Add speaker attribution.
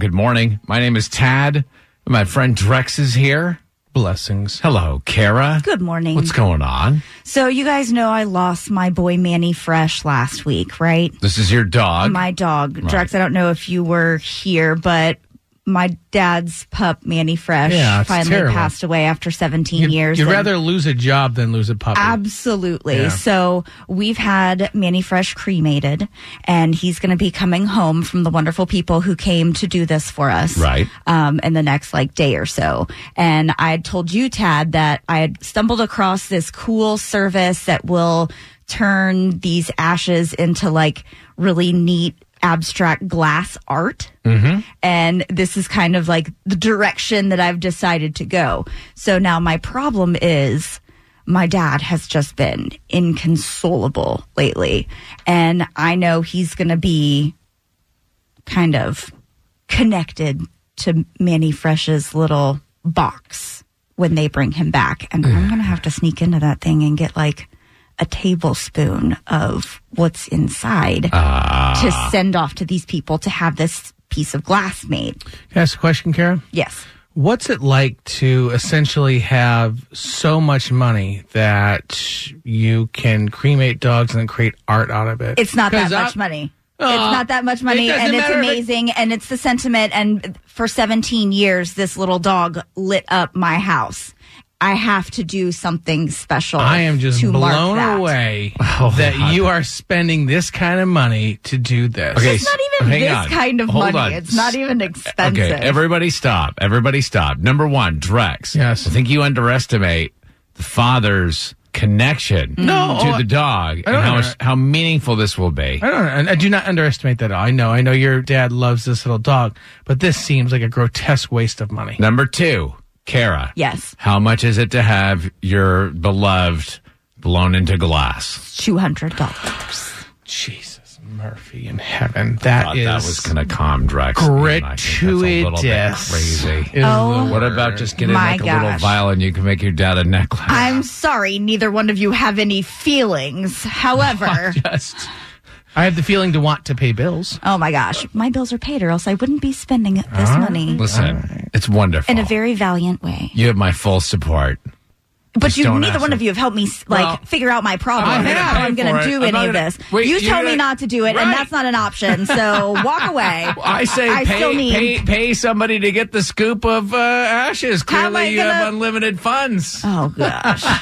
Speaker 1: Good morning. My name is Tad. My friend Drex is here.
Speaker 2: Blessings.
Speaker 1: Hello, Kara.
Speaker 3: Good morning.
Speaker 1: What's going on?
Speaker 3: So, you guys know I lost my boy Manny Fresh last week, right?
Speaker 1: This is your dog.
Speaker 3: My dog,
Speaker 1: Right.
Speaker 3: Drex, I don't know if you were here, but my dad's pup, Manny Fresh,
Speaker 2: Yeah, it's
Speaker 3: finally
Speaker 2: terrible.
Speaker 3: passed away after 17
Speaker 2: You'd,
Speaker 3: years.
Speaker 2: you'd
Speaker 3: and-
Speaker 2: rather lose a job than lose a puppy.
Speaker 3: Absolutely.
Speaker 2: Yeah.
Speaker 3: So we've had Manny Fresh cremated, and he's going to be coming home from the wonderful people who came to do this for us.
Speaker 1: Right.
Speaker 3: Um, in the next like day or so. And I had told you, Tad, that I had stumbled across this cool service that will turn these ashes into like really neat abstract glass art and this is kind of like the direction that I've decided to go. So now my problem is my dad has just been inconsolable lately, and I know he's going to be kind of connected to Manny Fresh's little box when they bring him back, and I'm going to have to sneak into that thing and get like a tablespoon of what's inside to send off to these people to have this piece of glass made.
Speaker 2: Can I ask a question, Kara?
Speaker 3: Yes.
Speaker 2: What's it like to essentially have so much money that you can cremate dogs and then create art out of it?
Speaker 3: It's not that
Speaker 2: 'Cause I-
Speaker 3: much money.
Speaker 2: Aw.
Speaker 3: it's not that much money,
Speaker 2: doesn't
Speaker 3: and it's
Speaker 2: matter if it-
Speaker 3: amazing, and it's the sentiment. And for 17 years, this little dog lit up my house. I have to do something special.
Speaker 2: I am just
Speaker 3: to mark
Speaker 2: blown
Speaker 3: that.
Speaker 2: away
Speaker 1: Oh,
Speaker 2: that you are spending this kind of money to do this.
Speaker 1: Okay,
Speaker 3: It's not even
Speaker 1: Hang
Speaker 3: this
Speaker 1: on.
Speaker 3: kind of
Speaker 1: Hold
Speaker 3: money.
Speaker 1: on.
Speaker 3: It's not even expensive.
Speaker 1: Okay, everybody stop. Everybody stop. Number one, Drex.
Speaker 2: Yes.
Speaker 1: I think you underestimate the father's connection
Speaker 2: No,
Speaker 1: to
Speaker 2: oh,
Speaker 1: the dog
Speaker 2: I
Speaker 1: and
Speaker 2: don't
Speaker 1: how,
Speaker 2: under-
Speaker 1: how meaningful this will be.
Speaker 2: I don't. and I do not underestimate that. at all. I know. I know your dad loves this little dog, but this seems like a grotesque waste of money.
Speaker 1: Number two, Kara.
Speaker 3: yes,
Speaker 1: How much is it to have your beloved blown into glass?
Speaker 3: two hundred dollars.
Speaker 2: Jesus Murphy in heaven. That
Speaker 1: Thought
Speaker 2: is
Speaker 1: that was going to calm Drex. and I think that's a little bit
Speaker 2: gratuitous.
Speaker 1: Crazy.
Speaker 2: is the
Speaker 3: Oh.
Speaker 1: What about just getting
Speaker 3: My
Speaker 1: like a little
Speaker 3: gosh.
Speaker 1: vial and you can make your dad a necklace?
Speaker 3: I'm sorry, neither one of you have any feelings. However,
Speaker 2: just I have the feeling to want to pay bills.
Speaker 3: oh my gosh, my bills are paid, or else I wouldn't be spending this money
Speaker 1: Listen, it's wonderful.
Speaker 3: in a very valiant way.
Speaker 1: you have my full support.
Speaker 3: But you,
Speaker 1: don't
Speaker 3: neither
Speaker 1: ask
Speaker 3: one
Speaker 1: it.
Speaker 3: of you have helped me s- like
Speaker 1: Well,
Speaker 3: figure out my problem.
Speaker 1: I'm
Speaker 3: I don't
Speaker 1: gonna
Speaker 3: know
Speaker 1: pay
Speaker 3: how I'm going
Speaker 1: for
Speaker 3: to
Speaker 1: it.
Speaker 3: do
Speaker 1: I'm
Speaker 3: any of
Speaker 1: gonna-
Speaker 3: this.
Speaker 1: wait,
Speaker 3: you
Speaker 1: you're
Speaker 3: tell me
Speaker 1: gonna-
Speaker 3: not to do it, and
Speaker 1: Right.
Speaker 3: that's not an option. So walk away.
Speaker 1: I say
Speaker 3: I
Speaker 1: pay,
Speaker 3: still need.
Speaker 1: pay pay somebody to get the scoop of uh, ashes.
Speaker 3: How am I
Speaker 1: Clearly, you have
Speaker 3: gonna-
Speaker 1: unlimited funds.
Speaker 3: Oh gosh.